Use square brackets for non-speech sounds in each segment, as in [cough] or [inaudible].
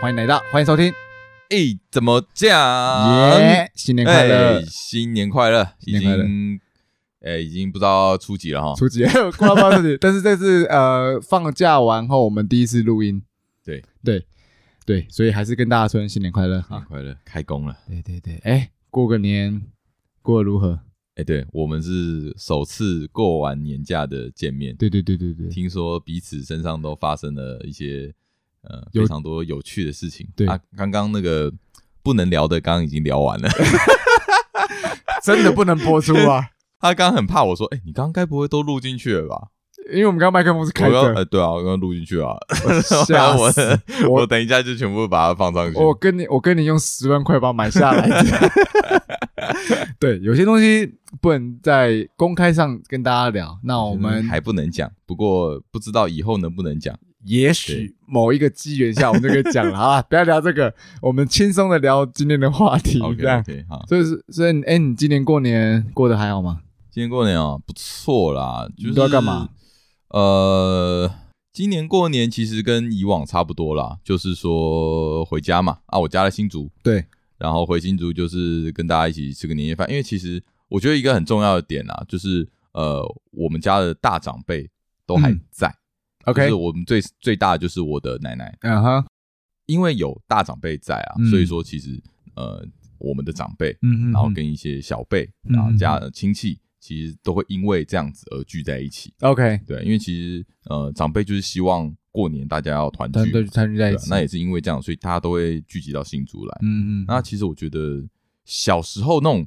欢迎来到，欢迎收听，哎，怎么讲？耶！新年快乐嗯哎，新年快乐！已新年快经，哎，已经不知道初几了哈。初几 [laughs] 过到八十几，但是这次呃放假完后，我们第一次录音，对对对，所以还是跟大家说声新年快乐新年哈。快乐，开工了。对对对，哎，过个年过得如何？哎，对我们是首次过完年假的见面，对对对对 [laughs] 对，听说彼此身上都发生了一些呃有非常多有趣的事情。对啊，刚刚那个不能聊的，刚刚已经聊完了。 [laughs] 真的不能播出啊，他刚刚很怕我说，哎，你刚刚该不会都录进去了吧？ [laughs] 因为我们刚刚麦克风是开我刚着，呃，对啊，我刚刚录进去了啊。 [laughs] 吓我死我我！等一下就全部把它放上去。我跟你，我跟你用十万块把我买 [laughs] 下来。对，有些东西不能在公开上跟大家聊，那我们嗯还不能讲，不过不知道以后能不能讲。也许某一个机缘下，我们就可以讲了好 [laughs] 啊啦，不要聊这个，我们轻松的聊今天的话题， OK 这样。 OK，好，所以是，所以你，哎、你今年过年过得还好吗？今年过年啊，不错啦，就是你都要干嘛？呃，今年过年其实跟以往差不多啦，就是说回家嘛，啊，我家在新竹，对，然后回新竹就是跟大家一起吃个年夜饭，因为其实我觉得一个很重要的点啊，就是呃，我们家的大长辈都还嗯在、就 OK，是我们最最大的就是我的奶奶，嗯哼，因为有大长辈在啊，嗯所以说其实呃，我们的长辈嗯，然后跟一些小辈嗯啊家亲戚，其实都会因为这样子而聚在一起。 OK，对，因为其实呃长辈就是希望过年大家要团聚，团队参与在对一啊起，那也是因为这样，所以大家都会聚集到新竹来。嗯嗯，那其实我觉得小时候那种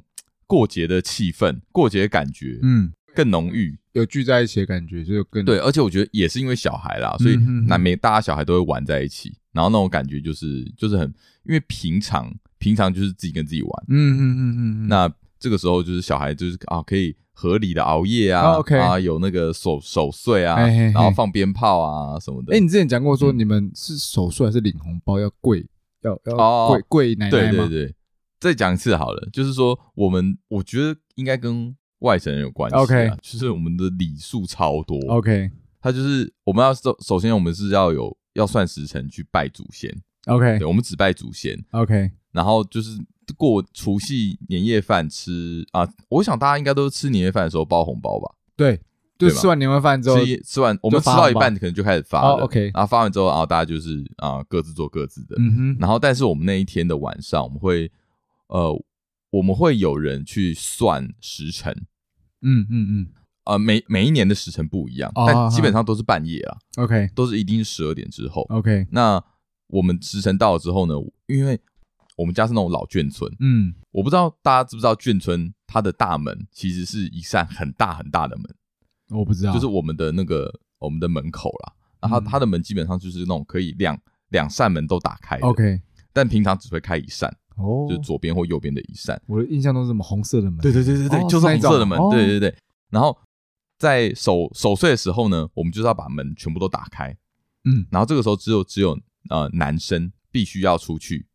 过节的气氛、过节的感觉嗯，更浓郁。有聚在一起的感觉，就更对，而且我觉得也是因为小孩啦，所以嗯哼哼难免大家小孩都会玩在一起，然后那种感觉就是就是很，因为平常平常就是自己跟自己玩。嗯，嗯嗯嗯嗯，那这个时候就是小孩就是啊，可以合理的熬夜啊，哦，OK 啊有那个守守岁啊，哎嘿嘿嘿然后放鞭炮啊什么的。哎、你之前讲过说嗯你们是手术还是领红包要跪，要要哦跪跪奶对奶对吗对，再讲一次好了，就是说我们我觉得应该跟外省人有关系、啊。 OK 哦就是我们的礼数超多， ？OK 他就是我们要首首先我们是要有要算时辰去拜祖先， OK 对，我们只拜祖先， OK，然后就是。过除夕年夜饭吃啊，我想大家应该都是吃年夜饭的时候包红包吧？对，就对吧吃完年夜饭之后吃一吃完，我们吃发到了一吧半可能就开始发了、哦，OK 然后发完之后，然后大家就是啊、各自做各自的、嗯哼，然后但是我们那一天的晚上，我们会呃我们会有人去算时辰，嗯嗯嗯呃每每一年的时辰不一样，哦但基本上都是半夜啊， ，OK 都是一定是十二点之后。 OK，那我们时辰到了之后呢，因为我们家是那种老眷村，嗯，我不知道大家知不知道眷村它的大门其实是一扇很大很大的门。我不知道，就是我们的那个我们的门口啦。然后它嗯它的门基本上就是那种可以两两扇门都打开的 OK 但平常只会开一扇，哦就是左边或右边的一扇。我的印象中是什么红色的门，对对对对就是是那红种色的门哦。对对对。然后在守守岁的时候呢，我们就是要把门全部都打开。嗯，然后这个时候只有只有呃男生必须要出去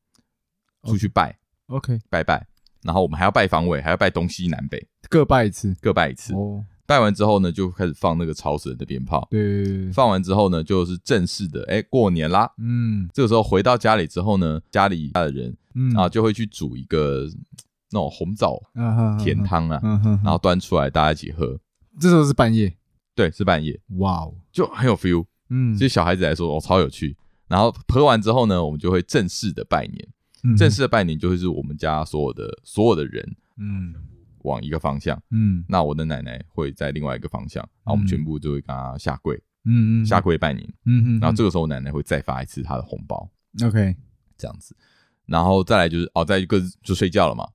出去拜、 ，OK，拜拜。然后我们还要拜房委，还要拜东西南北各拜一次，各拜一次。哦，拜完之后呢，就开始放那个吵死人的鞭炮。对对对对，放完之后呢，就是正式的，哎、过年啦。嗯这个时候回到家里之后呢，家里家的人嗯啊就会去煮一个嗯那种红枣啊甜，汤啊，嗯哼，然后端出来大家一起喝。这时候是半夜，对，是半夜，哇哦，就很有 feel。嗯对小孩子来说，哦，超有趣。然后喝完之后呢，我们就会正式的拜年。嗯正式的拜年就会是我们家所有的所有的人嗯往一个方向，嗯那我的奶奶会在另外一个方向，然后我们嗯全部就会跟她下跪，嗯嗯，下跪拜年。嗯嗯，然后这个时候，我奶奶会再发一次她的红包。这 OK，这样子。然后再来就是哦，再一个就睡觉了嘛，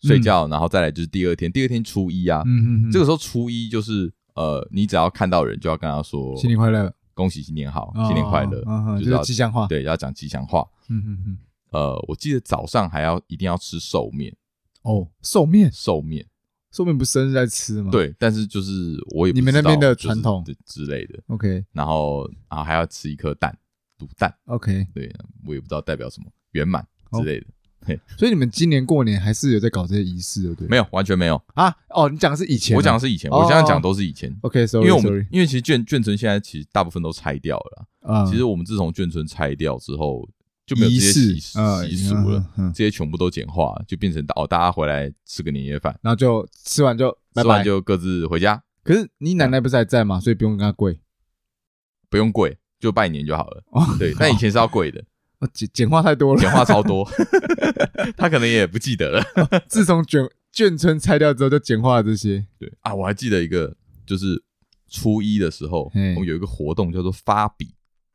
睡觉，然后再来就是第二天，第二天初一啊，嗯嗯嗯，这个时候初一就是呃，你只要看到人就要跟他说新年快乐，恭喜新年好，新年快乐，嗯嗯，就就是要是吉祥话，，对要讲吉祥话。嗯嗯嗯，呃，我记得早上还要一定要吃寿面，哦，寿面，寿面寿面不是生日在吃吗？对，但是就是我也不嗯你们知那边道的就是传统对之类的， ，OK 然后啊还要吃一颗蛋，卤蛋， OK，对我也不知道代表什么，圆满哦之类的，所以你们今年过年还是有在搞这些仪式，对不对？没有完全没有，啊，哦，你讲的是以前啊，我讲的是以前，哦我现在讲都是以前，因 OK，sorry，为我 sorry 们因为其实眷眷村现在其实大部分都拆掉了啦。啊，其实我们自从眷村拆掉之后，就没有这些习仪式啊习俗了，嗯嗯嗯这些全部都简化了，就变成哦，大家回来吃个年夜饭，然后就吃完就拜吃拜完。就各自回家，可是你奶奶不是还在吗？所以不用跟她跪。不用跪，就拜年就好了。哦，对，那以前是要跪的，哦简简化太 [laughs] 多了。简化超多，他可能也不记得了。自从卷眷村拆掉之后，就简化了这些。对啊，我还记得一个，就是初一的时候，嘿我们有一个活动叫做发笔，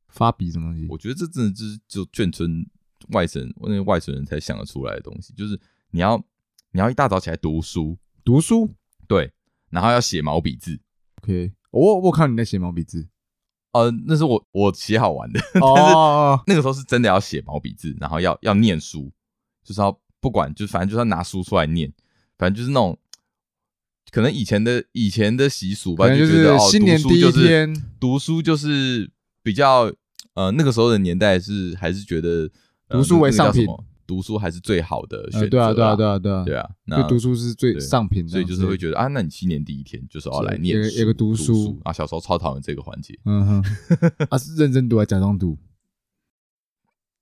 发笔什么东西？我觉得这真的就是就眷村外省那外省人才想得出来的东西，就是你要你要一大早起来读书，读书。对，然后要写毛笔字。 OK，我我看你在写毛 [laughs] 笔字。呃，那是我我写好玩的， [laughs] 哦，那个时候是真的要写毛笔字，然后要要念书，就是要不管就反正就是要拿书出来念，反正就是那种可能以前的以前的习俗吧，可能就就觉是得哦，新年读第书一就是天，读书就是比较呃那个时候的年代是还是觉得、呃读书为那个叫上品什么读书还是最好的选择、呃对啊，对啊，对啊，对啊，对啊，那就读书是最对上品的，所以就是会觉得啊，那你新年第一天就是要是来念有个有个读读书啊，小时候超讨厌这个环节，嗯哼， [laughs] 啊，是认真读还是假装读？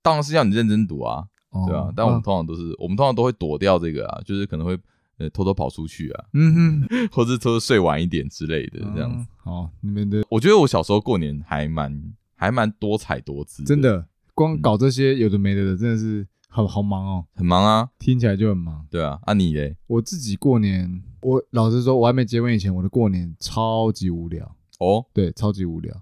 当然是要你认真读啊，哦对啊，但我们通常都是我们通常都会躲掉这个啊，就是可能会呃偷偷跑出去啊， [laughs] 嗯哼，或者偷偷睡晚一点之类的这样子。子。哦好，你们的我觉得我小时候过年还蛮还蛮多彩多姿，真的光嗯搞这些有的没的的，真的是好好忙哦，很忙啊，听起来就很忙。对啊，啊你嘞？我自己过年，我老实说，我还没结婚以前，我的过年超级无聊，哦，对，超级无聊，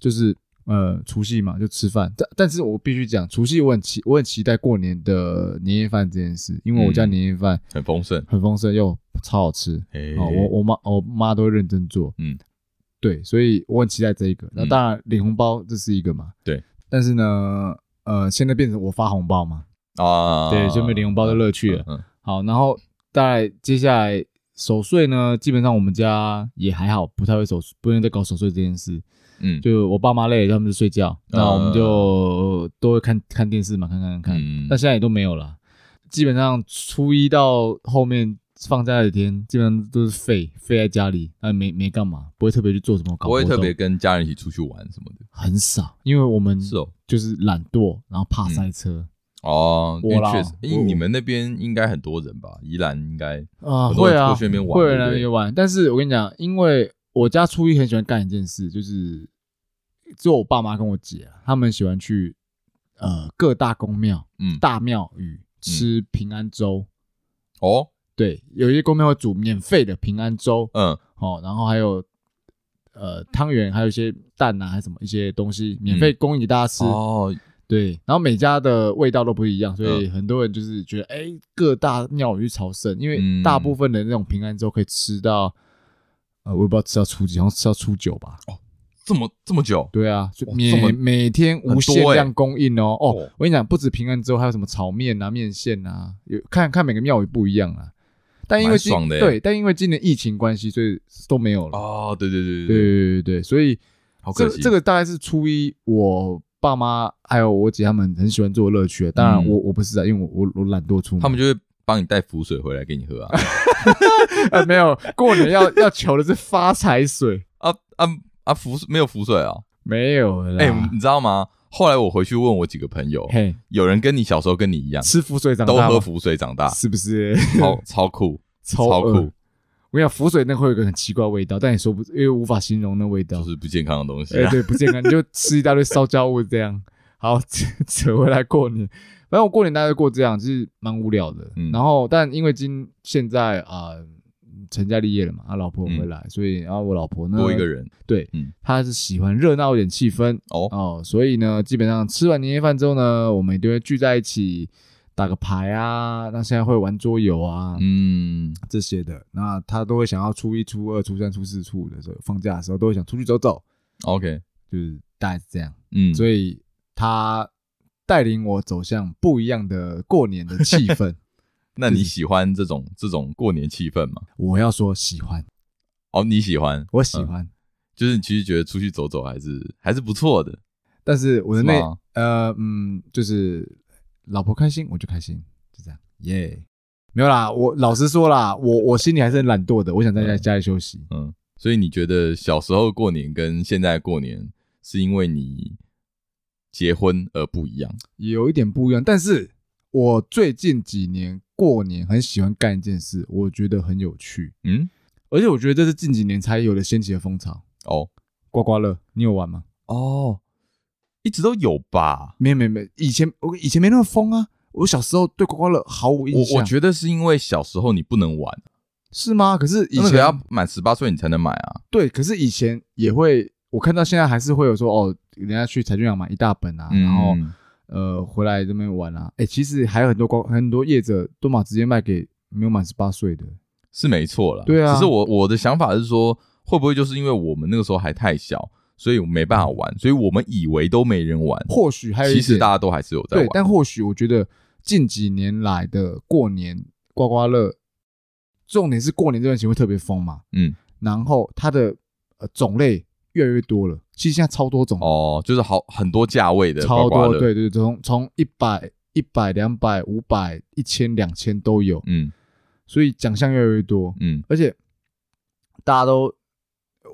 就是呃除夕嘛，就吃饭。但但是我必须讲，除夕我很期我很期待过年的年夜饭这件事，因为我家嗯年夜饭很丰盛，很丰盛又超好吃，哎、哦，我我妈我妈都会认真做，嗯，对，所以我很期待这一个。那嗯当然领红包这是一个嘛，对。但是呢，呃，现在变成我发红包嘛，啊，对，就没有领红包的乐趣了。嗯，嗯好，然后大概接下来守岁呢，基本上我们家也还好，不太会守，不用再搞守岁这件事。嗯，就我爸妈累了，他们就睡啊觉，那我们就都会看看电视嘛，看看看看。嗯但现在也都没有了，基本上初一到后面放假的天，基本上都是废废在家里，啊，没没干嘛，不会特别去做什么搞不活会动，特别跟家人一起出去玩什么的，很少，因为我们是哦，就是懒惰，然后怕塞车哦，因我为啦确实，因我为你们那边应该很多人吧，宜兰应该啊，嗯很多会人啊，过去那边玩会有对人不来对那边玩，但是我跟你讲，因为我家初一很喜欢干一件事，就是只有我爸妈跟我姐啊，他们喜欢去呃各大公庙、嗯大庙宇吃平安粥。哦，对，有一些公庙会煮免费的平安粥，嗯哦，然后还有呃汤圆，还有一些蛋啊，还有什么一些东西免费供应给大家吃。嗯哦，对，然后每家的味道都不一样，所以嗯很多人就是觉得，哎、各大庙宇去朝圣，因为嗯大部分的那种平安粥可以吃到，呃，我也不知道吃到初几，好像吃到初九吧。这么这么久，对啊，就哦哇每、这么每天无限很多欸量供应哦。哦，哦我跟你讲，不止平安粥，还有什么炒面啊、面线啊，有看看每个庙宇不一样啊。但因为蛮今爽的欸对，但因为今年疫情关系，所以都没有了。哦，对对对对对，对对对，所以好这可个惜，这个大概是初一，我爸妈还有我姐他们很喜欢做的乐趣。当然嗯我，我不是啊，因为我我我懒惰出门。他们就会帮你带符水回来给你喝啊，呃 [laughs] 没有过年要要求的是发财水，啊啊啊，符没有符水啊，没有啦。哎，你知道吗？后来我回去问我几个朋友，啊嘿，有人跟你小时候跟你一样，吃浮水长都大喝吗符水长大，是不是？超超酷，超超酷，恶我跟你讲，浮水那会有一个很奇怪的味道，但也说不，因为无法形容那味道就。是不健康的东西哎、 [laughs] 啊，啊对，不健康，你就吃一大堆烧焦物这样。好，扯扯回来过年，反正我过年大概过这样，就是蛮无聊的。嗯然后，但因为今现在啊、呃成家立业了嘛，啊，老婆回来，所以然后我老婆嗯呢，多一个，人对，嗯她是喜欢热闹一点气氛哦，哦，所以呢，基本上吃完年夜饭之后呢，我们一定会聚在一起打个牌啊，那现在会玩桌游啊，嗯，这些的，那她都会想要初一、初二、初三、初四、初五的时候放假的时候，都会想出去走走， OK，就是大概是这样。嗯，所以他带领我走向不一样的过年的气 [laughs] 氛。那你喜欢这种这种过年气氛吗？我要说喜欢，哦，你喜欢，我喜欢，就是你其实觉得出去走走还是还是不错的，但是我的是内吗呃嗯，就是老婆开心我就开心，就这样，耶、没有啦，我老实说啦，我我心里还是很懒惰的，我想在家嗯家里休息。嗯。所以你觉得小时候过年跟现在过年，是因为你结婚而不一样。有一点不一样。但是我最近几年过年很喜欢干一件事，我觉得很有趣，嗯，而且我觉得这是近几年才有的掀起的风潮。哦刮刮乐，你有玩吗？哦，一直都有吧。没有没有没有，以前我以前没那么疯啊。我小时候对刮刮乐毫无印象，我我觉得是因为小时候你不能玩，是吗？可是以那前个要满十八岁你才能买啊。对，可是以前也会，我看到现在还是会有说哦，人家去彩券行买一大本啊，然后嗯呃回来这边玩啊。哎，其实还有很多光很多业者都嘛直接卖给没有满十八岁的。是没错啦。对啊只是我我的想法是说，会不会就是因为我们那个时候还太小，所以我没办法玩，所以我们以为都没人玩，或许还有一其实点大家都还是有在对玩，。但或许我觉得近几年来的过年刮刮乐，重点是过年这段时间会特别疯嘛，嗯，然后它的呃种类越来越多了，其实现在超多种，哦，就是好很多价位的刮超刮多，乐，对对，对从从一百、一百、两百、五百、一千、两千都有，嗯所以奖项越来越多，嗯而且大家都，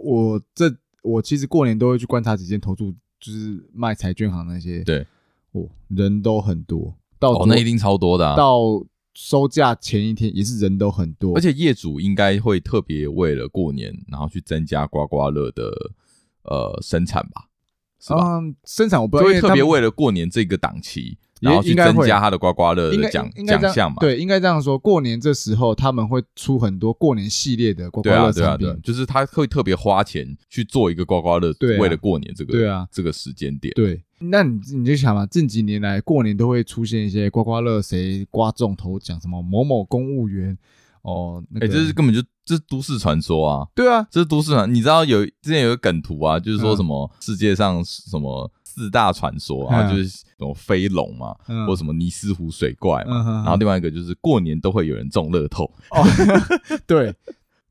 我这我其实过年都会去观察几间投注，就是卖彩券行那些，对，哦，人都很多，到哦昨、，那一定超多的、啊，到收假前一天也是人都很多，而且业主应该会特别为了过年，然后去增加刮刮乐的呃生产吧，是吧？嗯，生产我不就会知道，因为特别他们为了过年这个档期，也然后去应该增会加他的刮刮乐应该的奖应该这奖样项嘛？啊对，应啊该这样说，过年这时候他哎们会出很多过年系列的刮刮对啊，乐对啊，产对啊品，，就是他会特别花钱去做一个刮刮乐，对啊为了过年这个对啊这个时间点。对，那你你就想嘛，近几年来过年都会出现一些刮刮乐谁刮中头奖，什么某某公务员哦，那哎，个、这是根本就这是都市传说啊，对啊，这是都市传。你知道有之前有个梗图啊，就是说嗯什么世界上什么四大传说嗯啊，就是什么飞龙嘛，嗯或什么尼斯湖水怪嘛，嗯哼哼然后另外一个就是过年都会有人中乐透， [laughs] 对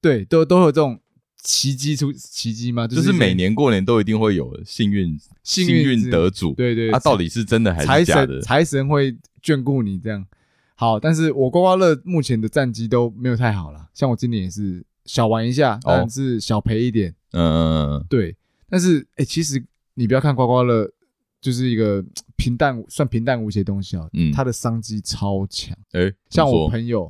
对，都都有这种奇迹出奇迹吗？就是是一些每年过年都一定会有幸运幸运运得主。对对啊，到底是真的还财是假神的？财神会眷顾你这样。好，但是我刮刮乐目前的战绩都没有太好了，像我今年也是小玩一下，哦但是小赔一点。嗯，对，但是哎、诶其实你不要看刮刮乐就是一个平淡算平淡无奇的东西啊，嗯它的商机超强。哎，怎像么我说朋友，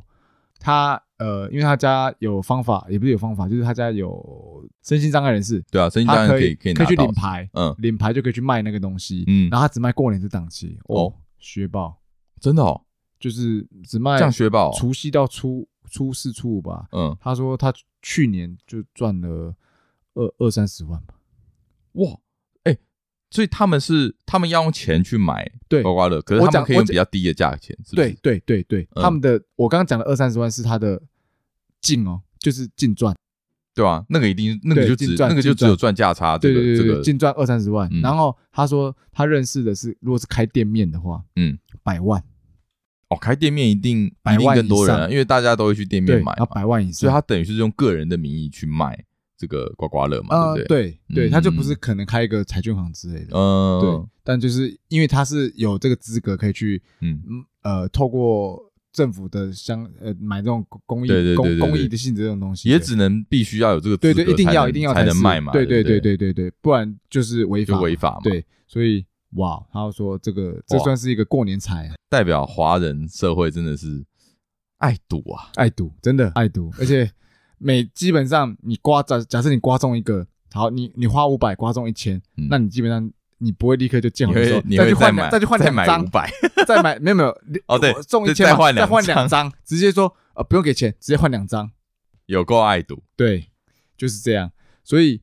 他呃，因为他家有方法，也不是有方法，就是他家有身心障碍人士，对啊，生意当他然可以可可以拿去到领，牌，嗯，领牌就可以去卖那个东西，嗯然后他只卖过年这档期，哦哦，学爆，真的哦，就是只卖这样学吧哦，除夕到初初四初五吧。嗯，他说他去年就赚了二二三十万吧，哇，哎，所以他们是他们要用钱去买对刮刮乐，可是我他讲们可以我用讲比较低的价钱，哦是不是对？对对对，嗯他们的我刚刚讲的二三十万是他的净哦，就是净赚，对啊，那个一定那个对就净只赚那个就净只赚有赚价差，对这个对这对对，个净赚二三十万嗯。然后他说他认识的是，如果是开店面的话，嗯，百万，哦，开店面一定百一定万更以多人啊，上因为大家都会去店对，面买要嘛，百万以所以上。他等于是用个人的名义去卖这个刮刮乐嘛，呃对不对？对对，嗯他就不是可能开一个彩券行之类的，嗯，对，但就是因为他是有这个资格可以去，嗯，嗯呃，透过政府的相呃买这种公公益对对对对公对公益的性质这种东西，也对只能必须要有这个对资对，格一定才要能一定要才能是卖嘛，对对不对对对对，不然就是违就法违法嘛，对，所以哇，他说这个这哇算是一个过年财啊，代表华人社会真的是爱赌啊，爱赌，真的爱赌，而且每基本上你刮假假设你刮中一个，好，你你花五百刮中一千、嗯那你基本上你不会立刻就见你好收会，你再去会换买两再去换再两买张五，百，再买没有没有哦对中一就千再嘛换再两换张两张，直接说呃不用给钱，直接换两张，有够爱赌，对，就是这样，所以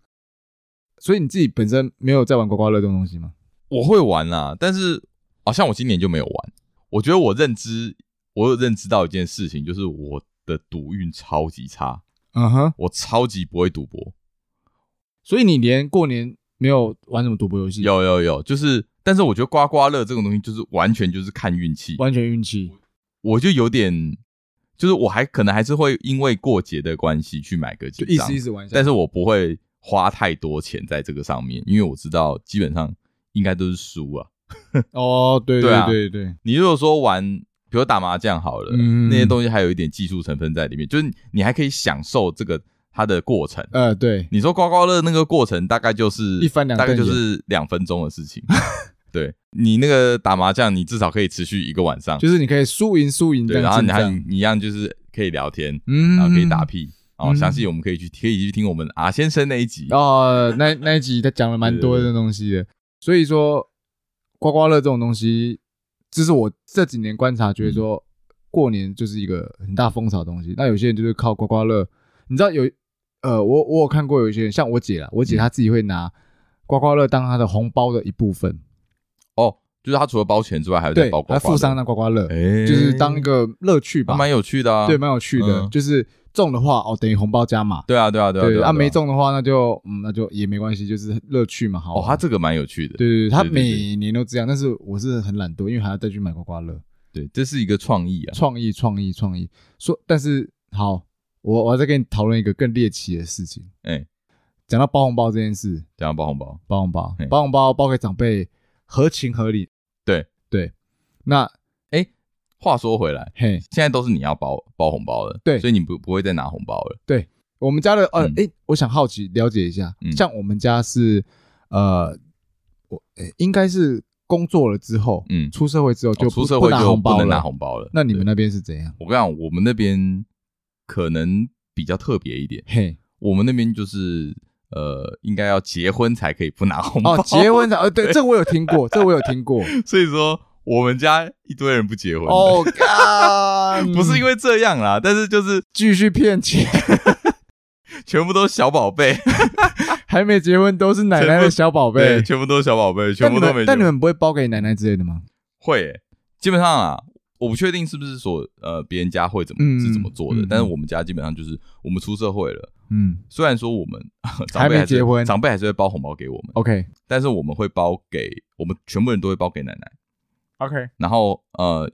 所以你自己本身没有在玩刮刮乐这种东西吗？我会玩啦，但是好像我今年就没有玩。我觉得我认知，我有认知到一件事情，就是我的赌运超级差，嗯哼。我超级不会赌博。所以你连过年没有玩什么赌博游戏，有有有，就是，但是我觉得刮刮乐这种东西就是完全就是看运气，完全运气。我就有点，就是我还可能还是会因为过节的关系去买个几就意张思意，思玩一下。但是我不会花太多钱在这个上面，因为我知道基本上应该都是输啊。哦，对对啊对对你如果说玩，比如打麻将好了，嗯那些东西还有一点技术成分在里面，就是你还可以享受这个它的过程。呃，对，你说刮刮乐那个过程大概就是一翻两大概瞪眼就是两分钟的事情， [laughs] 对你那个打麻将，你至少可以持续一个晚上，就是你可以输赢输赢这对，样然后进你还账一样就是可以聊天，嗯，然后可以打屁。哦，嗯详细我们可以去可以去听我们啊先生那一集，哦，那那一集他讲了蛮多对的东西的，所以说刮刮乐这种东西，这是我这几年观察，觉嗯得说、过年就是一个很大风潮的东西。那有些人就是靠刮刮乐，你知道有呃，我我有看过有一些人，像我姐啦，我嗯姐她自己会拿刮刮乐当她的红包的一部分，哦，就是他除了包钱之外，还有在对包，刮她刮乐附上那刮刮乐，哎，就是当一个乐趣吧还，蛮有趣的啊，对，蛮有趣的，嗯就是中的话哦，等于红包加码。对啊，对啊，对啊，对对啊，没中中的话，那就嗯，那就也没关系，就是乐趣嘛，好哦，玩他这个蛮有趣的，对对对，他对对对每年都这样，但是我是很懒惰，因为还要再去买刮刮乐，对，这是一个创意啊，创意创意创意。说，但是好，我我要再跟你讨论一个更猎奇的事情。哎，讲到包红包这件事，这样包红包，包红包嘿，包红包包给长辈，合情合理。对对，那话说回来，嘿，现在都是你要包包红包了，对所以你不不会再拿红包了，我们家的呃嗯，哎、我想好奇了解一下，嗯像我们家是呃，我、诶应该是工作了之后，嗯出社会之后就哦不、出社会不拿就红包不能了拿红包了。那你们对那边是怎样？我跟你讲，我们那边可能比较特别一点，嘿，我们那边就是呃，应该要结婚才可以不拿红包， [laughs] 哦，结婚的，呃，对，这我有听 [laughs] 过，这我有听过。所以说我们家一堆人不结婚的， [laughs] 哦，干不是因为这样嗯啦，但是就是继续骗钱，全部都是小宝贝，还没结婚都是奶奶的小 [laughs] 宝贝。全部都是小宝贝，全但部你都们没结婚。但你们不会包给奶奶之类的吗？会欸、基本上啊，我不确定是不是所呃别人家会怎么、嗯是怎么做的，嗯但是我们家基本上就是我们出社会了，嗯虽然说我们 [laughs] 长还辈没是结婚长辈还是会包红包给我们， ，OK 但是我们会包给我们全部人都会包给奶奶， OK，然后呃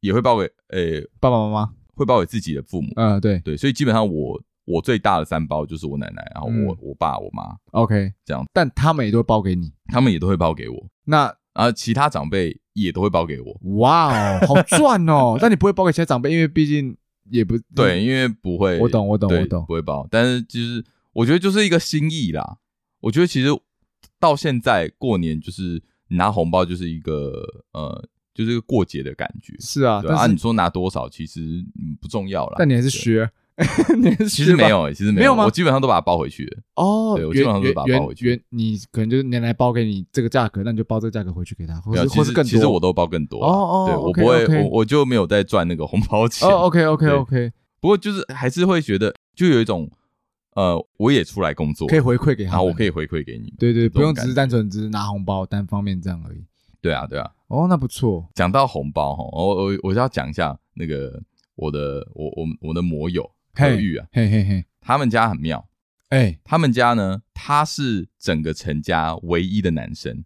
也会包给呃爸爸妈妈，会包给自己的父母，呃，对对，所以基本上我我最大的三包就是我奶奶，然后我、嗯我爸我妈， ，OK，这样，但他们也都会包给你。他们也都会包给我，那然后其他长辈也都会包给我，哇哦，好赚 [laughs] 哦！但你不会包给其他长辈，因为毕竟也不对，，因为不会，嗯我懂我懂对我懂不会包，但是就是我觉得就是一个心意啦。我觉得其实到现在过年就是拿红包就是一个呃，就是一个过节的感觉。是啊，对啊，啊但你是说拿多少其实嗯不重要啦。但你还对是学， [laughs] 你还是其学实吧没有、欸，其实没没有吗我基本上都把它包回去了。哦，对我基本原上都是原把它包回原去原，你可能就是奶奶包给你这个价格，那你就包这个价格回去给他，或没有是其或是实更多。其实我都包更多啦。哦哦对我 OK，不会 OK 我我就没有在赚那个红包钱。哦，OK OK 对 OK，不过就是还是会觉得就有一种呃，我也出来工作，可以回馈给他然们。后我可以回馈给你们。对这对，种不用感只是单纯只是拿红包单方面这样而已。对啊，对啊。哦，那不错。讲到红包哈，我我我就要讲一下那个我的我我我的魔友何嘿玉啊，嘿嘿嘿，他们家很妙，哎他们家呢，他是整个陈家唯一的男生，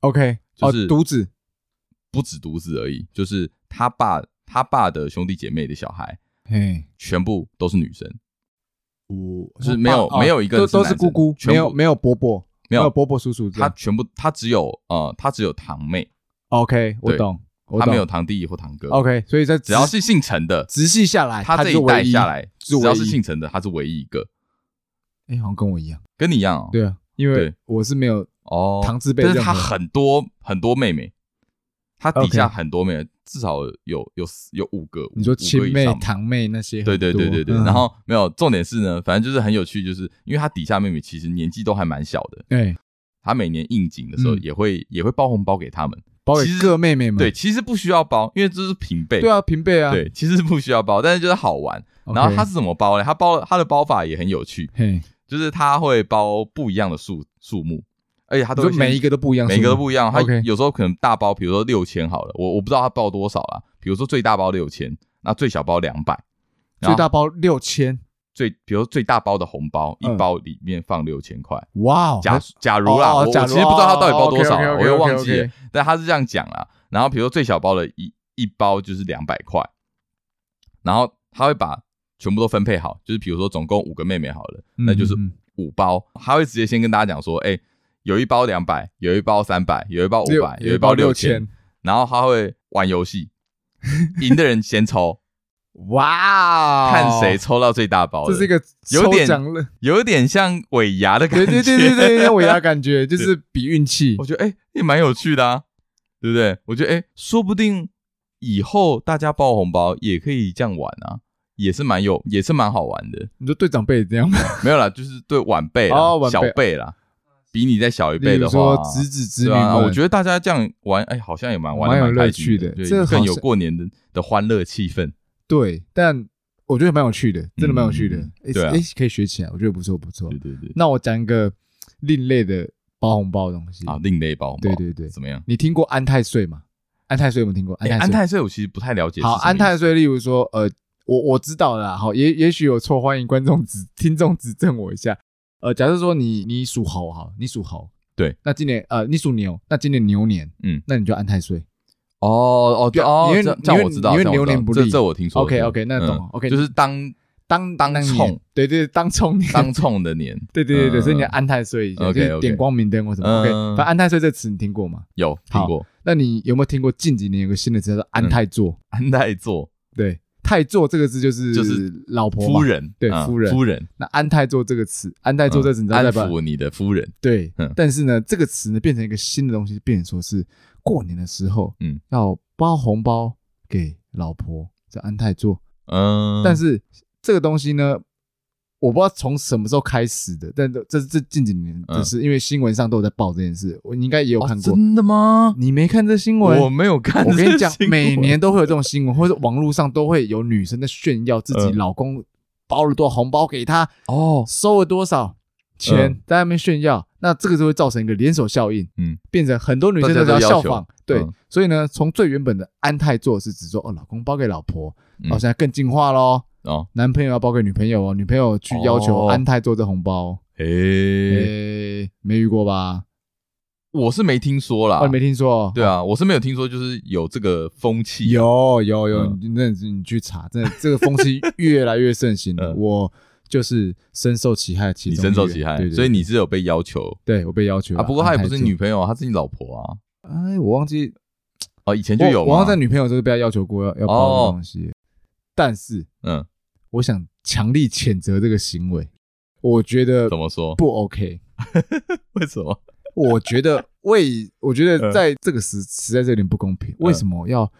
，OK，就哦是，独子不止独子而已，就是他爸他爸的兄弟姐妹的小孩嘿，全部都是女生，我哦就是没有没有一个都人都是是男姑生姑，全没有部没有伯伯，没有伯伯叔叔这他样。全部他只有呃他只有堂妹， OK，我对懂，我他懂没有堂弟或堂哥 OK，所以在只要是姓陈的，直系下来，他这就是一唯代一下，来，是只要唯是一姓陈的，他是唯一一个，哎，好像跟我一样。跟你一样哦，对啊，因为对我是没有哦，堂字辈但是任何他很多很多妹妹，他底 OK 下很多妹妹，至少有有四有五个，你说五亲五个以妹上、堂妹那些很多，对对对对对。嗯然后没有重点是呢，反正就是很有趣，就是因为他底下妹妹其实年纪都还蛮小的，哎，他每年应景的时候嗯也会、也会包红包给他们。包给其实各妹妹们，对，其实不需要包，因为这是平辈。对啊，平辈啊，对，其实不需要包，但是就是好玩。 OK，然后他是怎么包呢？他包他的包法也很有趣，嘿，就是他会包不一样的数数目，而且他你都说会每先一个都不一样，每个是都吗不一样。他 OK 有时候可能大包，比如说六千好了，我我不知道他报多少啦。比如说最大包六千，那最小包两百。然最后大包六千，最，比如说最大包的红包，一嗯包里面放六千块。哇哦，假还假如啦，哦我哦我假其如实不知道他到底包多少啊，哦我，OK，OK，OK，OK，OK 又忘记了。但他是这样讲啦。然后比如说最小包的一一包就是两百块，然后他会把全部都分配好，就是比如说总共五个妹妹好了，那就是嗯嗯五包，他会直接先跟大家讲说，哎、有一包两百，有一包三百，有一包五六百，有一一包包六六 [laughs] 千，，然后他会玩游戏，赢的人先抽，哇哦，看谁抽到最大包的。这是一个有抽点奖了，有点像尾牙的感觉。对对对对对，有尾牙感觉，就是比运气 [laughs] 我。觉得哎、也蛮有趣的啊，对不对？我觉得哎、说不定以后大家包红包也可以这样玩啊，也是蛮有，也是蛮好玩的。你说对长辈这样吗？没有啦，就是对晚辈啦、哦晚辈小辈啦，比你再小一比辈如的说话，侄子侄对女啊，们，我觉得大家这样玩，哎、好像也蛮玩蛮的有蛮开心乐趣的对，这好更有像过年的的欢乐气氛。对，但我觉得蛮有趣的，真的蛮有趣的嗯。哎对啊哎，可以学起来，我觉得不错不错对。对对，那我讲一个另类的包红包的东西啊，另类包红包，嗯对对对怎么样？你听过安太岁吗？安太岁有没有听过？哎、安安太泰税我其实不太了解是岁什好，么意思。安太岁，例如说，呃，我我知道了啦，好，也也许有错，欢迎观众指听众指正我一下。呃，假设说你你属猴，好，你属猴，对，那今年呃你属牛，那今年牛年，嗯，那你就安太岁，哦哦对哦，因为这这样我知道，因为这样我流知道年不这利这我听说的。 OK，OK，那懂嗯 OK，就是 [laughs] 当当当年冲，对对，当冲年，当冲的 [laughs] 年对对对对，嗯所以你要安太岁一下， OK，就是点 OK 光明灯或什么嗯 OK，反正安太岁这词你听过吗？有听过那你有没有听过近几年有个新的词嗯叫做安太座？安泰座对，太座这个字就是就是老婆嘛夫。人，对嗯夫人夫人嗯那安泰座这个词，安泰座这个词你知道安代表抚你的夫人，对嗯，但是呢，这个词呢变成一个新的东西，变成说是过年的时候，嗯，要包红包给老婆，叫安泰座。嗯，但是这个东西呢，我不知道从什么时候开始的，但这这这近几年嗯的事，因为新闻上都有在报这件事，我你应该也有哦看过。真的吗？你没看这新闻？我没有 [laughs] 看，我跟你讲，每年都会有这种新 [laughs] 闻，或者网络上都会有女生在炫耀自己嗯老公包了多少红包给她，哦，收了多少钱，在那边炫耀。那这个就会造成一个连锁效应，嗯，变成很多女大生家都都要要效求仿。对嗯，所以呢，从最原本的安泰座是指说，哦，老公包给老婆，嗯好现在更进化喽。哦，男朋友要包给女朋友哦，女朋友去要求哦安泰做这红包，诶，诶、没遇过啊吧？我是没听说啦哦，你，没听说、哦？对啊，我是没有听说，就是有这个风气，有有有，啊嗯你那你去查，真的 [laughs] 这个风气越来越盛行了。嗯我就是深受其害其你中一员，深受其害对，对所以你是有被要求对我被要求啊，不过她也不是你女安朋友，她是你老婆啊，泰座，哎，我忘记哦，以前就有哦我我好像在嘛，女朋友就是被他要求过要要包的东西，但是嗯，我想强力谴责这个行为，我觉得怎么说？不 OK。为什么？我觉 [laughs] 得为我觉得嗯在这个时实在是有点不公平，为什么要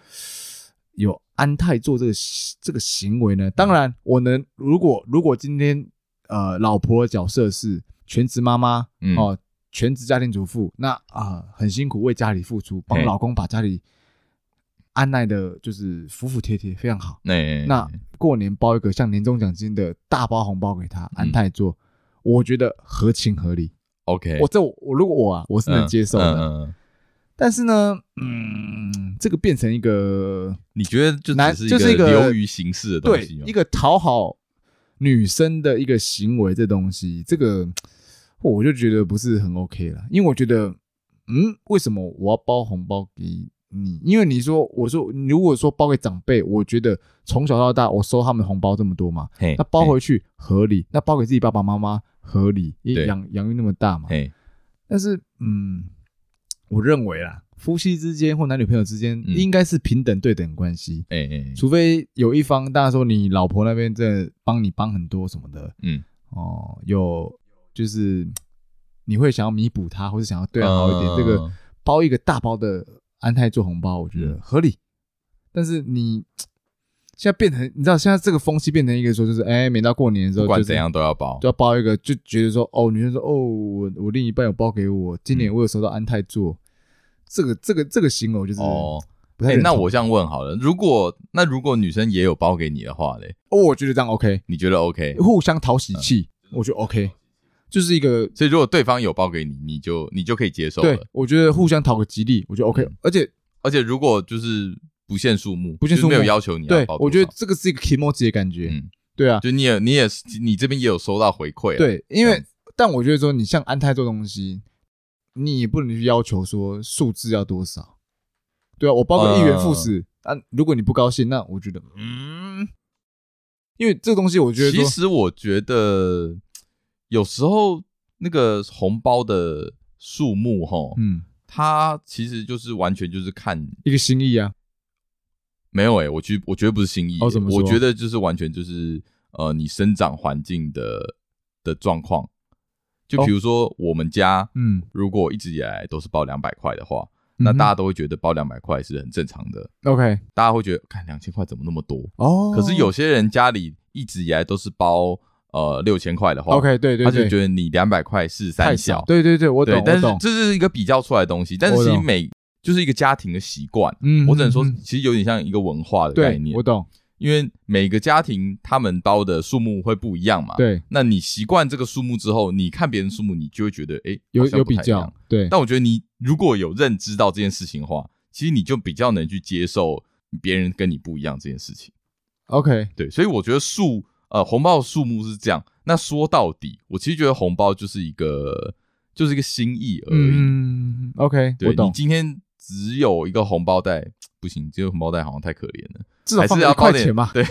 有安泰做这个这个行为呢？当然，我能如果如果今天呃老婆的角色是全职妈妈嗯哦，全职家庭主妇，那啊、很辛苦为家里付出，帮嘿老公把家里安奈的，就是服服帖帖，非常好。那那过年包一个像年终奖金的大包红包给他嗯安泰做，我觉得合情合理。 OK，我这我我如果我啊，我是能接受的。嗯嗯嗯但是呢，嗯，这个变成一个你觉得就男只就是是一一个流于形式的东对西哦吗？一个讨好女生的一个行为，这东西这个我就觉得不是很 OK 了，因为我觉得，嗯，为什么我要包红包给你？因为你说，我说你如果说包给长辈，我觉得从小到大我收他们红包这么多嘛，嘿那包回去合理，那包给自己爸爸妈妈合理，因为对养养育那么大嘛，嘿但是，嗯，我认为啦，夫妻之间或男女朋友之间嗯应该是平等对等关系，哎哎，除非有一方，大家说你老婆那边真的帮你帮很多什么的，嗯，哦，有就是你会想要弥补她，或是想要对她好一点，呃这个包一个大包的安泰做红包，我觉得嗯合理。但是你现在变成，你知道现在这个风气变成一个说，就是哎，每到过年的时候，不就管是怎样都要包就。要包一个，就觉得说哦，女生说哦，我我另一半有包给我，今嗯年我有收到安泰座，这个这个这个行为我就是哦，不太哎，认同、那我这样问好了，如果那如果女生也有包给你的话嘞，哦，我觉得这样 OK，你觉得 [laughs] OK？互相讨喜嗯气，我觉得 OK，就是一个所以如果对方有包给你，你就你就可以接受对了。，我觉得互相讨个吉利，我觉得 OK，、嗯而且而且如果就是不限数目，不限数目就是没有要求你要对包多少，我觉得这个是一个 emoji 的感觉，嗯对啊，就你也你也是你这边也有收到回馈啊，对，因这为样但我觉得说你像安泰做东西，你也不能去要求说数字要多少，对啊，我包个一嗯元复始、啊，如果你不高兴，那我觉得嗯，因为这个东西我觉得其说实我觉得有时候那个红包的数目吼，嗯它其实就是完全就是看一个心意啊，没有哎、我觉我觉得不是心意欸、哦怎么说我觉得就是完全就是呃，你生长环境的的状况。就哦比如说我们家，嗯，如果一直以来都是包两百块的话，那大家都会觉得包两百块是很正常的，嗯哼 OK 大家会觉得看两千块怎么那么多？哦，可是有些人家里一直以来都是包呃六千块的话 OK 对对对，他就觉得你两百块是太三小小，对对对，我懂对，我但是懂，这是一个比较出来的东西，但是我其懂实每就是一个家庭的习惯，嗯我只能说嗯嗯其实有点像一个文化的概对，念我，懂，因为每个家庭他们包的数目会不一样嘛。，对，那你习惯这个数目之后，你看别人数目，你就会觉得哎、诶有好像有不比太一样较。，对，但我觉得你如果有认知到这件事情的话，其实你就比较能去接受别人跟你不一样这件事情。 OK 对，所以我觉得数呃红包的数目是这样。那说到底，我其实觉得红包就是一个就是一个心意而已。嗯 OK 对我你懂，今天只有一个红包袋，不行，只有红包袋好像太可怜了，至少还放是个要一块放点钱嘛，对，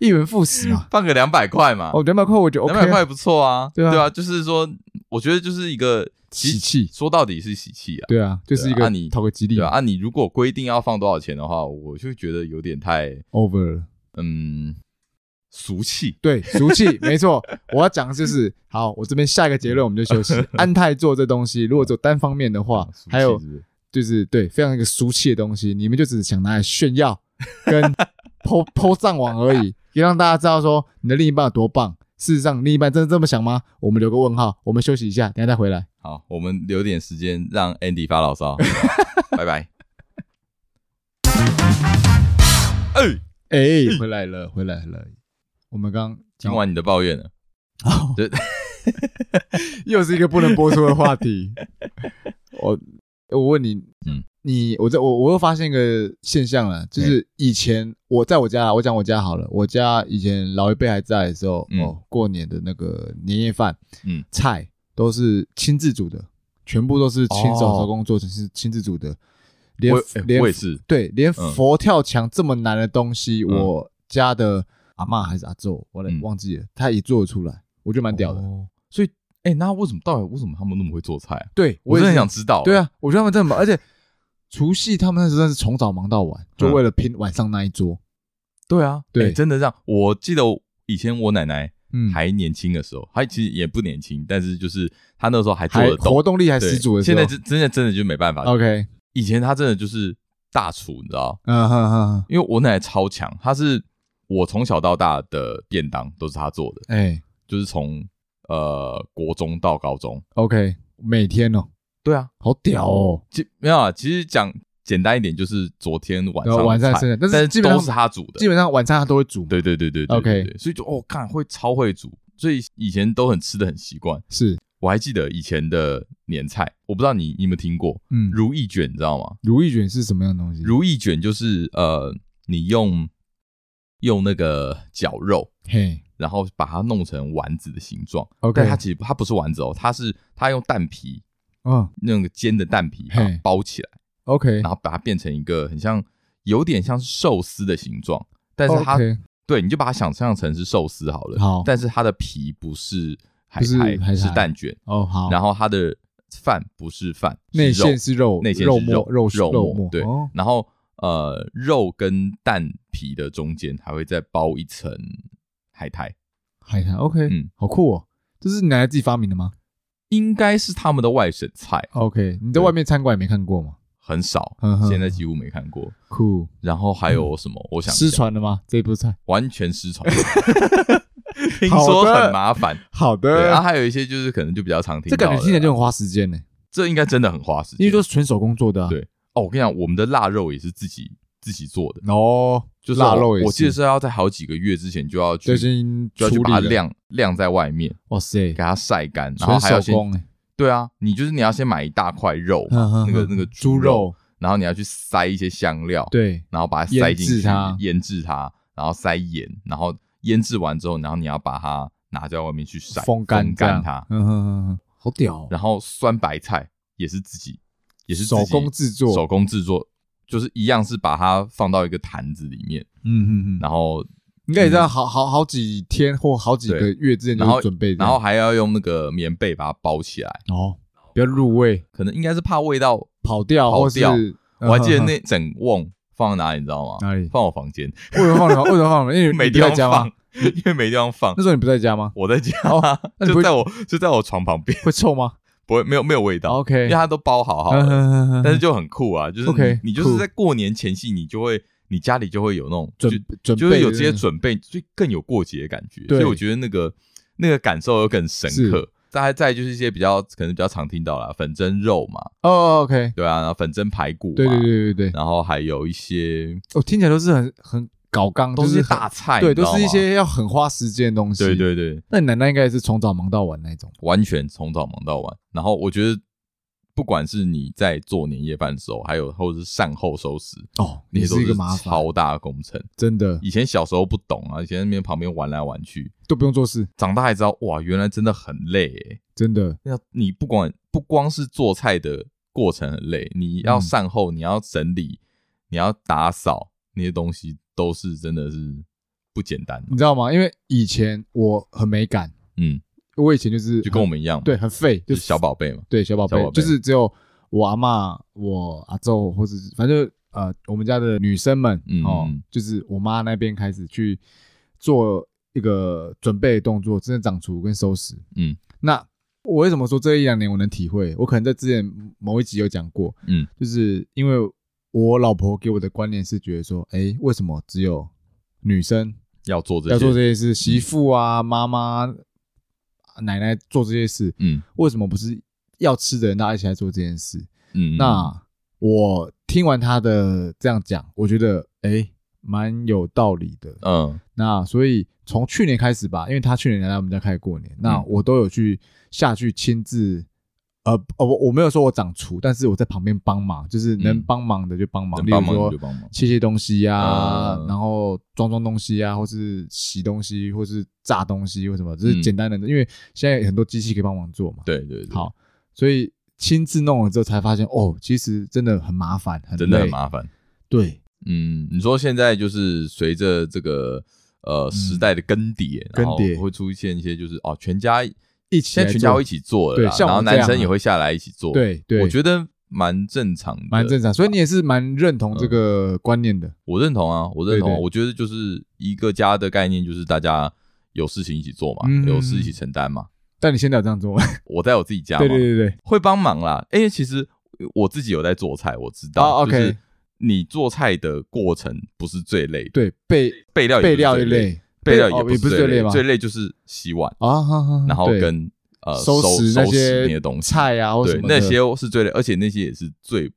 一元复始嘛，放个两百块嘛，哦，两百块我觉得两 OK，百块不错啊，对啊就是说，我觉得就是一个喜气嗯说到底是喜气啊，对啊，就是对一啊个啊你讨个吉利对啊，啊，你如果规定要放多少钱的话，我就觉得有点太 over 了。嗯俗气，对，俗气，没错。我要讲的就是，好，我这边下一个结论我们就休息。安泰做这东西，如果走单方面的话，啊俗气还有是不是就是对非常一个俗气的东西，你们就只是想拿来炫耀跟剖剖上网而已，也让大家知道说你的另一半有多棒。事实上，另一半真的这么想吗？我们留个问号。我们休息一下，等一下再回来。好，我们留点时间让 Andy 发牢 [laughs] 骚，拜拜。哎、哎、回来了，回来了。我们刚听完你的抱怨了，对 [laughs] 又是一个不能播出的话 [laughs] 题。我我问你，嗯你我在我我又发现一个现象了，哎就是以前我在我家啦，我讲我家好了，我家以前老一辈还在的时候，嗯哦，过年的那个年夜饭，嗯，菜都是亲自煮的，全部都是亲手哦手工做成是亲自煮的，连我哎连我也是，对，连嗯佛跳墙这么难的东西，嗯我家的阿嬷还是阿昼，我嗯忘记了，她也做得出来，我觉得蛮屌的。哦所以，哎、那为什么到底为什么他们那么会做菜啊、对，我也真的是很想知道、对，啊，我觉得他们真的忙，而且除夕他们那时候真的是从早忙到晚，嗯就为了拼晚上那一桌。对啊，对哎真的这样。我记得我以前我奶奶嗯，还年轻的时候，她其实也不年轻，但是就是她那时候还做还得活动，动力还对十足的时现候。在真真的真的就没办法。 OK，以前她真的就是大厨，你知道，嗯哼哼，哼因为我奶奶超强，她是我从小到大的便当都是她做的，哎就是从呃国中到高中。 ，OK，每天哦，对啊，好屌哦，其没有啊，其实讲简单一点，就是昨天晚上然后的晚上菜剩下，但但是基本都上是她煮的，基本上晚餐他都会煮。，对对对对对 OK 对对所以就哦，看会超会煮，所以以前都很吃的很习惯。是，我还记得以前的年菜，我不知道你你有没有听过嗯，如意卷，你知道吗？如意卷是什么样的东西？如意卷就是呃，你用用那个绞肉，嘿然后把它弄成丸子的形状， ，OK，但它其实它不是丸子哦，它是它用蛋皮嗯那个煎的蛋皮把它嘿包起来， ，OK，然后把它变成一个很像有点像是寿司的形状，但是它 OK 对，你就把它想象成是寿司好了。好但是它的皮不是海不是苔，海苔是蛋卷，哦好，然后它的饭不是饭，是内肉馅是肉，内馅肉是末肉肉肉末，对哦，然后呃，肉跟蛋皮的中间还会再包一层海苔，海苔，OK，嗯好酷哦，这是你奶奶自己发明的吗应该是他们的外省菜， ？OK，你在对外面餐馆也没看过吗？很少哦嗯，哼嗯现在几乎没看过。酷，然后还有什么？我想一下失，传了吗？这一波菜？完全失 [laughs] 传。听说很麻烦，好对，然后的，还有一些就是可能就比较常听这到的啦，感觉听起来就很花时间呢，这应该真的很花时间，因为都是纯手工做的啊。对哦，我跟你讲，我们的腊肉也是自己自己做的，哦，就是腊我肉也我记得是是要在好几个月之前就要去最，近就要处去理把它了，晾晾在外面，哇塞给，它晒干，然后纯还要手先工哎，对啊，你就是你要先买一大块肉嘛，嗯嗯那个嗯那个猪肉，肉，然后你要去塞一些香料，，对，然后把它塞腌进制去它，腌制它，然后塞盐，然后腌制完之后，然后你要把它拿在外面去晒，风干这干样它，嗯哼哼哼，好屌哦，然后酸白菜也是自己也是自手己工制作，手工制作，就是一样是把它放到一个坛子里面，嗯嗯嗯，然后应该也是要好好好几天或好几个对月之前然后就准备这然样，后还要用那个棉被把它包起来，哦，比较入味，可能应该是怕味道。跑掉跑或是掉，我还记得嗯哼哼那整瓮放在哪里，你知道吗？哪里？放我房 [laughs] 间，为什么放你房？为什么放你房？因为你没你不地在方家吗放？， [laughs] 因为没地方放那。时候你不在家吗？我在家哦啊，那你就不会在我就在我床旁边，会臭吗不会没有没有味道啊因哦？OK，为它都包好好嗯了。哼哼哼但是就很酷啊，就是你 OK，你就是酷在过年前夕，你就会你家里就会有那种就准准备就是有这些的准备，就更有过节的感觉。对所以我觉得那个那个感受又更深刻是。再再就是一些比较可能比较常听到啦，粉蒸肉嘛，哦，OK，对啊，然后粉蒸排骨嘛，对对对对对，然后还有一些我听起来都是很很搞纲，都就是是大很菜，对，你知都道是一吗些要很花时间的东西。对，对对，那你奶奶应该也是从早忙到晚那种。完全从早忙到晚。然后我觉得，不管是你在做年夜饭的时候，还有或者是善后收拾，哦，那也些都是一个麻烦，超大的工程。真的以前小时候不懂啊，以前在那边旁边玩来玩去，都不用做事，长大才知道哇，原来真的很累、欸。真的那你不管不光是做菜的过程很累，你要嗯善后，你要整理，你要打扫那些东西，都是真的是不简单。你知道吗？因为以前我很没感，嗯，我以前就是就跟我们们一样，，对很废，就就是小宝贝嘛。对小宝小贝宝，贝就是只有我阿嬷、我阿昼，或者是反正呃我们家的女生们嗯哦嗯，就是我妈那边开始去做一个准备的动作，真的掌厨跟收拾。嗯，那我为什么说这一两年我能体会？我可能在之前某一集有讲过，嗯，就是因为我老婆给我的观念是觉得说，哎，为什么只有女生要做这些，嗯要做这些事，媳妇啊、妈妈、奶奶做这些事，嗯为什么不是要吃的人大家一起来做这件事？嗯，那我听完他的这样讲，我觉得诶蛮有道理的。嗯那所以从去年开始吧，因为他去年来我们家开始过年，嗯那我都有去下去亲自。呃，哦，我我没有说我掌厨，但是我在旁边帮忙，就是能嗯帮忙的就帮忙，能例如帮忙说就帮忙切切东西呀、啊，嗯然后装装东西啊，或是洗东西，或是炸东西，或什么，就是嗯简单的，因为现在有很多机器可以帮忙做嘛。对对对，好，所以亲自弄了之后才发现，哦，其实真的很麻烦，很累真的很麻烦。对，嗯，你说现在就是随着这个呃时代的更迭，嗯更然后迭会出现一些就是哦，全家一起现在来全家做会一起做了对啦，像然我后们这男样生啊也会下来一起做，对对，我觉得呃蛮正常的，蛮正常，所以你也是蛮认呃同这个观念的，我认同啊，我认同啊、对对我觉得就是一个家的概念，就是大家有事情一起做嘛，嗯有事一起承担嘛。但你现在有这样做 [laughs] 吗？我在我自己家嘛， [laughs] 对对对对，会帮忙啦。因为其实我自己有在做菜，我知道。啊就是 OK 你做菜的过程不是最累的，对备备料也不是备料最一累，类备料备也哦也不是是最最累吗最累就是洗碗，啊，哈哈哈然后对跟呃收拾拾那拾些那些东西，菜啊或什对么那的些是最累，而且那些也是最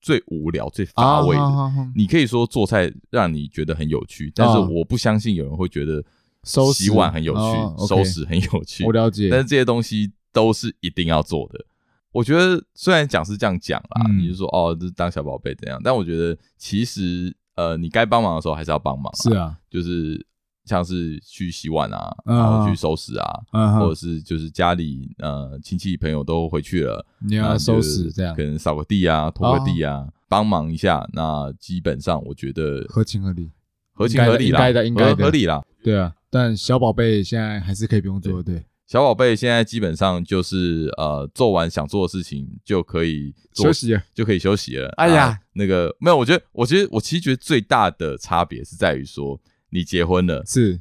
最无聊、最乏啊味的。哈哈哈你可以说做菜让你觉得很有趣，但是啊我不相信有人会觉得收洗拾碗很有哦趣，收，OK 拾很有趣我。了解，但是这些东西都是一定要做的。我觉得虽然讲是这样讲啦，嗯你就说哦，这当小宝贝怎样，但我觉得其实呃，你该帮忙的时候还是要帮忙啊，是啊，就是像是去洗碗啊，嗯然后去收拾啊，嗯或者哼，是就是家里呃亲戚朋友都回去了，你然后要就收是拾这样哦可，能扫个地啊，拖个地啊，帮忙一下。那基本上我觉得合情合理，合情合理啦，应该的应该的合合理啦。对啊，但小宝贝现在还是可以不用做，对，小宝贝现在基本上就是呃，做完想做的事情就可以做休息啊，就可以休息了。哎呀啊那个没有，我觉得，我觉得我其实觉得最大的差别是在于说，你结婚了是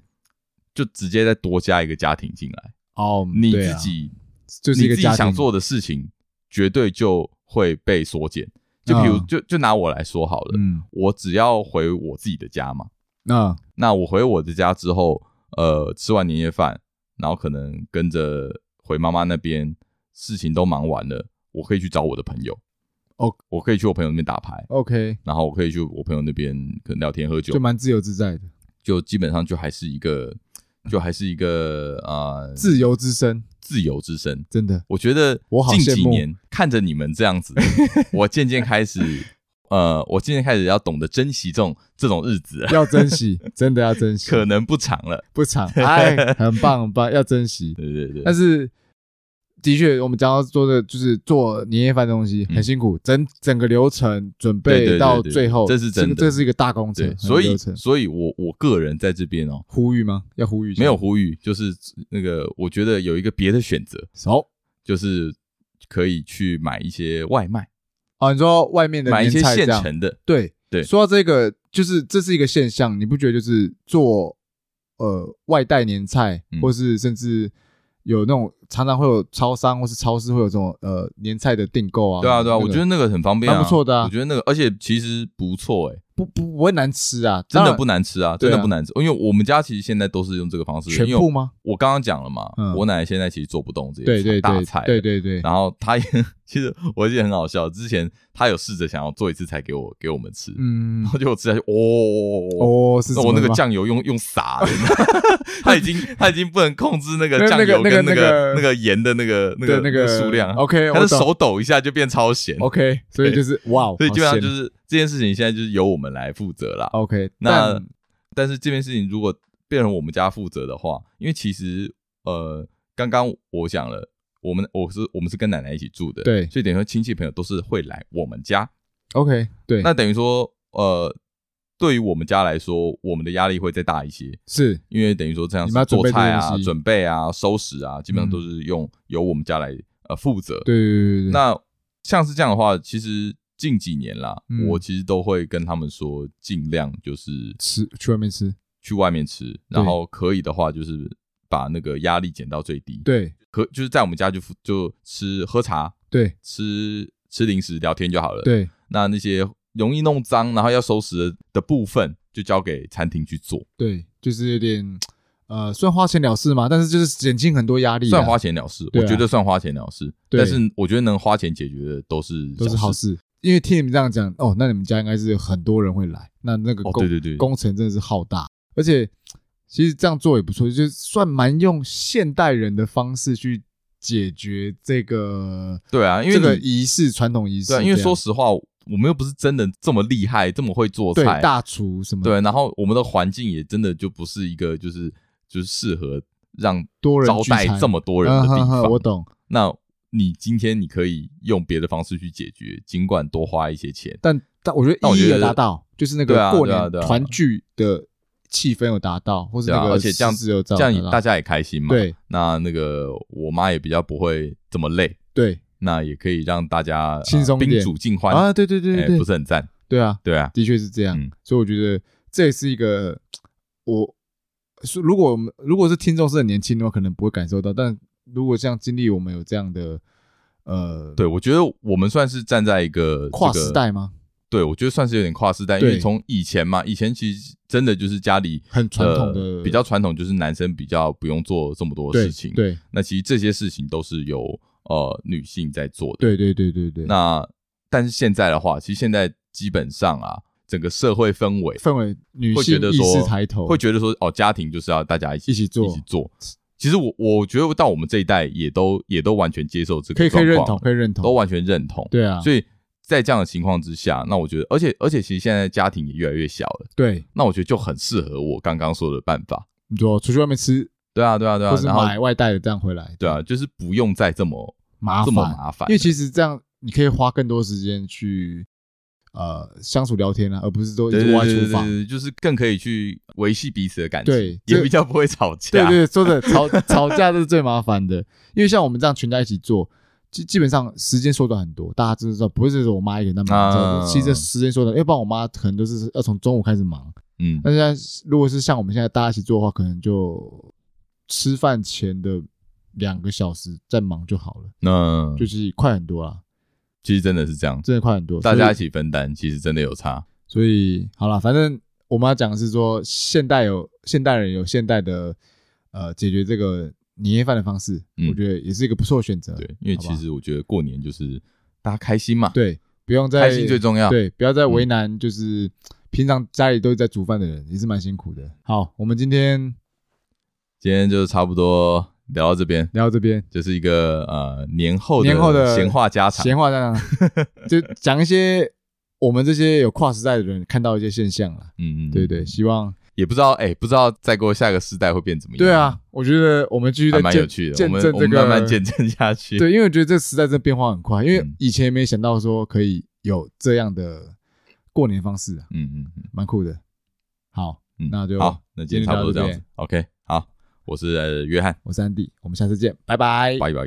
就直接再多加一个家庭进来，哦，你对自啊己就是一个你自家己想庭做的事情，绝对就会被缩减。就比如，嗯就就拿我来说好了，嗯，啊我只要回我自己的家嘛，那那我回我的家之后，呃，吃完年夜饭，然后可能跟着回妈妈那边，事情都忙完了，我可以去找我的朋友。哦，我可以去我朋友那边打牌， OK 然后我可以去我朋友那边可能聊天喝酒就，蛮自由自在的，就基本上就还是一个，就还是一个呃自由之身，自由之身。真的我觉得我好近羡几慕年看着你们这样 [laughs] 子，我渐渐开始，呃，我渐渐开始要懂得珍惜这种这种日子了，要珍惜， [laughs] 真的要珍惜，可能不长了。不长， [laughs] 哎，很棒很棒，要珍惜。对对对，但是的确，我们讲到做的就是做年夜饭的东西嗯很辛苦，整整个流程准对对对备到对最后，这是真的个这是一个大工程对，，很所以流程所以我我个人在这边哦，呼吁吗？要呼吁一下没有呼吁，就是那个我觉得有一个别的选择，哦就是可以去买一些外卖，哦，你说外面的买一年些菜现这样成的。对对说到这个，就是这是一个现象，你不觉得就是做呃外带年菜，嗯或是甚至有那种常常会有超商或是超市会有这种呃年菜的订购啊？对啊，对啊，那个我觉得那个很方便啊，蛮不错的啊我觉得那个，而且其实不错哎，不不不会难吃啊，真当的然不难吃啊，对真啊的不难吃。因为我们家其实现在都是用这个方式，全因为部我吗？我刚刚讲了嘛嗯，我奶奶现在其实做不动这对对些大对菜的，对对对，然后她也 [laughs] 其实我记得很好笑，之前她有试着想要做一次才给我给我们吃，嗯然，后结果吃下去，哦。哦，是那什我么那个吗酱油用用撒的， [laughs] 他已经他已经不能控制那个那酱那个油那个跟那个那个那个盐的那个那对个那个数量， OK，他我的懂手抖一下就变超咸， OK，所以就是哇，所以基本上好咸就是这件事情现在就是由我们来负责啦。 OK 那但。但是这件事情如果变成我们家负责的话，因为其实呃，刚刚我讲了，我们我是我们是跟奶奶一起住的，对所以等于说亲戚朋友都是会来我们家， OK 对，那等于说呃，对于我们家来说，我们的压力会再大一些。是因为等于说这样你们要是做准备菜这些啊、东西准备啊、收拾啊，基本上嗯都是用由我们家来呃负责。对对对对对，那像是这样的话，其实近几年啦，嗯我其实都会跟他们说，尽量就是吃去外面吃，去外面吃，然后可以的话就是把那个压力减到最低。，对可就是在我们家就就吃喝茶、对吃吃零食、聊天就好了。，对，那那些容易弄脏，然后要收拾的的部分，就交给餐厅去做，对，就是有点呃，算花钱了事嘛，但是就是减轻很多压力啊，算花钱了事。对啊我觉得算花钱了事，对但是我觉得能花钱解决的都是都是小好事。事。因为听你们这样讲，哦，那你们家应该是有很多人会来，那那个哦工、对对对工程真的是浩大，而且其实这样做也不错，就是算蛮用现代人的方式去解决这个对啊，因为这个你仪式传统仪式这对啊，样，因为说实话，我们又不是真的这么厉害，这么会做对菜，大厨什么对，啊然后我们的环境也真的就不是一个就是就是适合让多人招聚待餐这么多人的地嗯哼方。哼我懂，那你今天你可以用别的方式去解决，尽管多花一些钱。但但我觉得但我意义觉有得达到，就是那对个啊过对啊年对啊团聚的气氛有达到，或是对那啊，个而且这样实质有这达样到大家也开心嘛。，对那那个我妈也比较不会这么累，对那也可以让大家呃轻松一点宾主尽欢啊，对对对对哎对，不是很赞。对啊，对啊，的确是这样嗯，所以我觉得这也是一个我是如果我们如果是听众是很年轻的话，可能不会感受到，但如果这样经历，我们有这样的呃对我觉得我们算是站在一个跨这个时代吗？对，我觉得算是有点跨世代，因为对从以前嘛，以前其实真的就是家里很传统的呃比较传统，就是男生比较不用做这么多对事情。，对那其实这些事情都是由呃女性在做的。对对对对对，那但是现在的话，其实现在基本上啊，整个社会氛围氛围女会性觉得意说识抬头，会觉得说，哦，家庭就是要大家一起一起做一起做。其实我我觉得到我们这一代也都也都完全接受这个可以可状以认况同，可以认都同，完全认同。对啊，所以在这样的情况之下，那我觉得，而且而且，其实现在家庭也越来越小了，对。那我觉得就很适合我刚刚说的办法。你说出去外面吃，对啊，对啊，对啊或，是然后买外带的这样回来，对啊，就是不用再这么麻这烦，么麻烦了，因为其实这样你可以花更多时间去呃相处聊天啊，而不是都一对直对窝在对厨对房。对，就是更可以去维系彼此的感情，对也这比较不会吵对架。对，说的吵吵 [laughs] 架是最麻烦的，因为像我们这样全家一起做，基基本上时间缩短很多。大家知道，不是说我妈一个人那么忙，啊知道其实时间缩短，要不然我妈可能都是要从中午开始忙。嗯，但现在如果是像我们现在大家一起做的话，可能就吃饭前的两个小时再忙就好了，那就是快很多啦，其实真的是这样，真的快很多。大所家以一起分担，其实真的有差。所以好了，反正我们要讲的是说，现代有现代人有现代的呃解决这个年夜饭的方式，嗯我觉得也是一个不错的选择。对，因为好吧其实我觉得过年就是大家开心嘛，，对，不用再开心最重要。，嗯对，不要再为难，就是平常家里都是在煮饭的人，也是蛮辛苦的。好，我们今天今天就差不多聊到这边。聊到这边，就是一个呃年后的年后的闲话家常，闲话 [laughs] 家常，就讲一些我们这些有跨时代的人看到一些现象啦。嗯嗯，对对，希望也不知道哎、不知道再过下个世代会变怎么样，对，啊，我觉得我们继续在还蛮见有趣的，见我们证我这们个慢慢见证下去，，对，因为我觉得这个时代真的变化很快，因为嗯以前也没想到说可以有这样的过年方式、啊，嗯嗯嗯蛮酷的。好，嗯，那就好，那今天差不多这样今子，OK，好，我是、呃约翰，我是安迪，我们下次见，拜拜。拜拜。